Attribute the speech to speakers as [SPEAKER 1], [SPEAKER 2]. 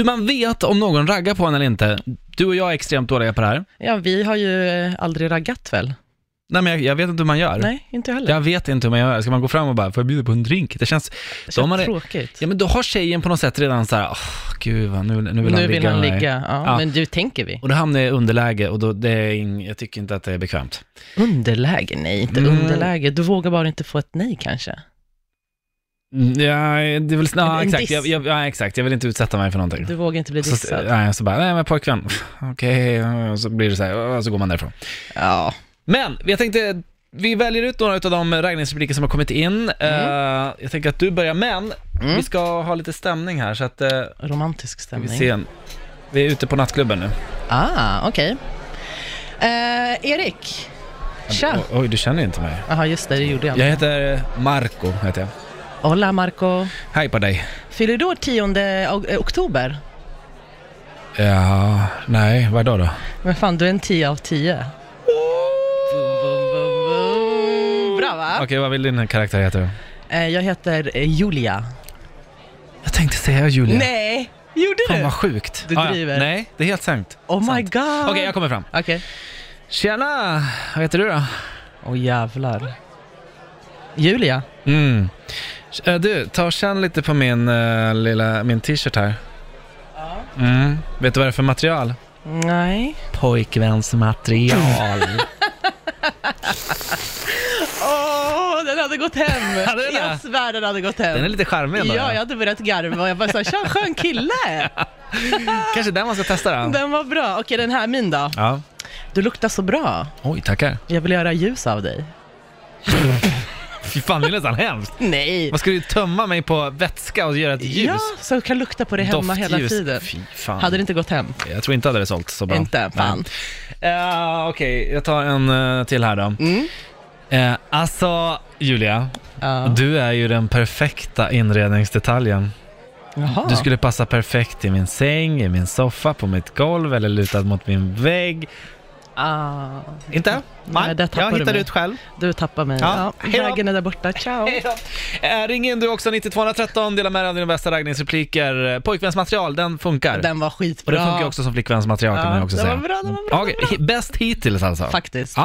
[SPEAKER 1] Hur man vet om någon raggar på en eller inte. Du och jag är extremt dåliga på det här.
[SPEAKER 2] Ja, vi har ju eh, aldrig raggat väl?
[SPEAKER 1] Nej, men jag, jag vet inte hur man gör.
[SPEAKER 2] Nej, inte jag heller.
[SPEAKER 1] Jag vet inte hur man gör. Ska man gå fram och bara, får jag bjuda på en drink? Det känns...
[SPEAKER 2] det
[SPEAKER 1] de har
[SPEAKER 2] känns
[SPEAKER 1] det-
[SPEAKER 2] tråkigt.
[SPEAKER 1] Ja, men då har tjejen på något sätt redan så här, åh, gud vad, nu, nu vill han
[SPEAKER 2] nu vill
[SPEAKER 1] ligga
[SPEAKER 2] han
[SPEAKER 1] med mig."
[SPEAKER 2] ligga. Ja,
[SPEAKER 1] Ja. Mm.
[SPEAKER 2] Men du, tänker vi?
[SPEAKER 1] Och då hamnar jag i underläge och då, det är ing, jag tycker inte att det är bekvämt.
[SPEAKER 2] Underläge? Nej, inte
[SPEAKER 1] Mm.
[SPEAKER 2] underläge. Du vågar bara inte få ett nej kanske.
[SPEAKER 1] Mm, Ja, det är väl, ja,
[SPEAKER 2] En
[SPEAKER 1] exakt.
[SPEAKER 2] diss.
[SPEAKER 1] Jag, jag, ja, exakt. Jag vill inte utsätta mig för någonting.
[SPEAKER 2] Du vågar inte bli
[SPEAKER 1] Så,
[SPEAKER 2] dissad.
[SPEAKER 1] nej, så bara, nej men pojkvän, okej, och så blir det så här, och så går man därifrån.
[SPEAKER 2] Ja.
[SPEAKER 1] Men jag tänkte, vi väljer ut några av de raggningsrepliker som har kommit in. Eh, jag tänker att du börjar, men
[SPEAKER 2] Mm.
[SPEAKER 1] vi ska ha lite stämning här så att eh,
[SPEAKER 2] Romantisk
[SPEAKER 1] vi
[SPEAKER 2] stämning.
[SPEAKER 1] ser. en- Vi är ute på nattklubben nu.
[SPEAKER 2] Ah, okej. Eh, Erik. Tja.
[SPEAKER 1] O- Oj, du känner inte mig.
[SPEAKER 2] Jaha, just det, det gjorde jag.
[SPEAKER 1] Jag heter Marco, heter jag.
[SPEAKER 2] Hola Marco.
[SPEAKER 1] Hej på dig.
[SPEAKER 2] Fyller du år 10 og- eh, oktober?
[SPEAKER 1] Ja, nej, vad då då?
[SPEAKER 2] Men fan, du är en 10 av 10. Bra va?
[SPEAKER 1] Okej, vad vill din karaktär heta?
[SPEAKER 2] Eh, Jag heter eh, Julia.
[SPEAKER 1] Jag tänkte säga Julia.
[SPEAKER 2] Nej, gjorde
[SPEAKER 1] Fan
[SPEAKER 2] du?
[SPEAKER 1] vad sjukt.
[SPEAKER 2] Du
[SPEAKER 1] Ah, ja.
[SPEAKER 2] driver.
[SPEAKER 1] Nej, det är helt sant.
[SPEAKER 2] Oh my
[SPEAKER 1] Sant.
[SPEAKER 2] god.
[SPEAKER 1] Okej, jag kommer fram.
[SPEAKER 2] Okej.
[SPEAKER 1] Tjena! Vad heter du då?
[SPEAKER 2] Åh jävlar. Julia?
[SPEAKER 1] Mm. Eh, Du, ta och känn lite på min eh, lilla, min t-shirt här.
[SPEAKER 2] Ja.
[SPEAKER 1] Mm. Vet du vad det är för material?
[SPEAKER 2] Nej.
[SPEAKER 1] Pojkvänsmaterial.
[SPEAKER 2] Åh, den hade gått hem.
[SPEAKER 1] Hade den det?
[SPEAKER 2] jag svär den hade gått hem.
[SPEAKER 1] Den är lite charmig ändå.
[SPEAKER 2] ja, jag hade börjat garva. Jag bara såhär, tja skön kille.
[SPEAKER 1] Kanske den man ska testa då?
[SPEAKER 2] Den var bra. Okej, den här min då.
[SPEAKER 1] Ja.
[SPEAKER 2] Du luktar så bra.
[SPEAKER 1] Oj, tackar.
[SPEAKER 2] Jag vill göra ljus av dig.
[SPEAKER 1] Fy fan, det är nästan hemskt.
[SPEAKER 2] Nej.
[SPEAKER 1] Man skulle ju tömma mig på vätska och göra ett ljus.
[SPEAKER 2] Ja, så jag kan lukta på det hemma hela
[SPEAKER 1] Doftljus.
[SPEAKER 2] tiden.
[SPEAKER 1] Fy fan.
[SPEAKER 2] Hade det inte gått hem?
[SPEAKER 1] Jag tror inte hade det sålt så bra.
[SPEAKER 2] Inte? Fan.
[SPEAKER 1] Nej. Eh, Okej, jag tar en eh, till här då.
[SPEAKER 2] Mm.
[SPEAKER 1] Uh, alltså, Julia.
[SPEAKER 2] Ja.
[SPEAKER 1] Du är ju den perfekta inredningsdetaljen.
[SPEAKER 2] Jaha.
[SPEAKER 1] Du skulle passa perfekt i min säng, i min soffa, på mitt golv eller lutad mot min vägg.
[SPEAKER 2] Ah.
[SPEAKER 1] Inte?
[SPEAKER 2] Nej, där tappar du mig.
[SPEAKER 1] själv.
[SPEAKER 2] Du tappar mig.
[SPEAKER 1] Ja.
[SPEAKER 2] Ja.
[SPEAKER 1] Hej då.
[SPEAKER 2] Vägen är där borta. Ciao.
[SPEAKER 1] Hej då. Eh, ring in du också, 9213, dela med dig av dina bästa raggningsrepliker. Eh, Pojkvänsmaterial, den funkar.
[SPEAKER 2] Den var
[SPEAKER 1] Och
[SPEAKER 2] skitbra.
[SPEAKER 1] den funkar också som flickvänsmaterial kan
[SPEAKER 2] Ja,
[SPEAKER 1] man ju också
[SPEAKER 2] den
[SPEAKER 1] säga.
[SPEAKER 2] var bra, den var bra, den var
[SPEAKER 1] Okej, hi- Bäst hittills alltså.
[SPEAKER 2] Faktiskt.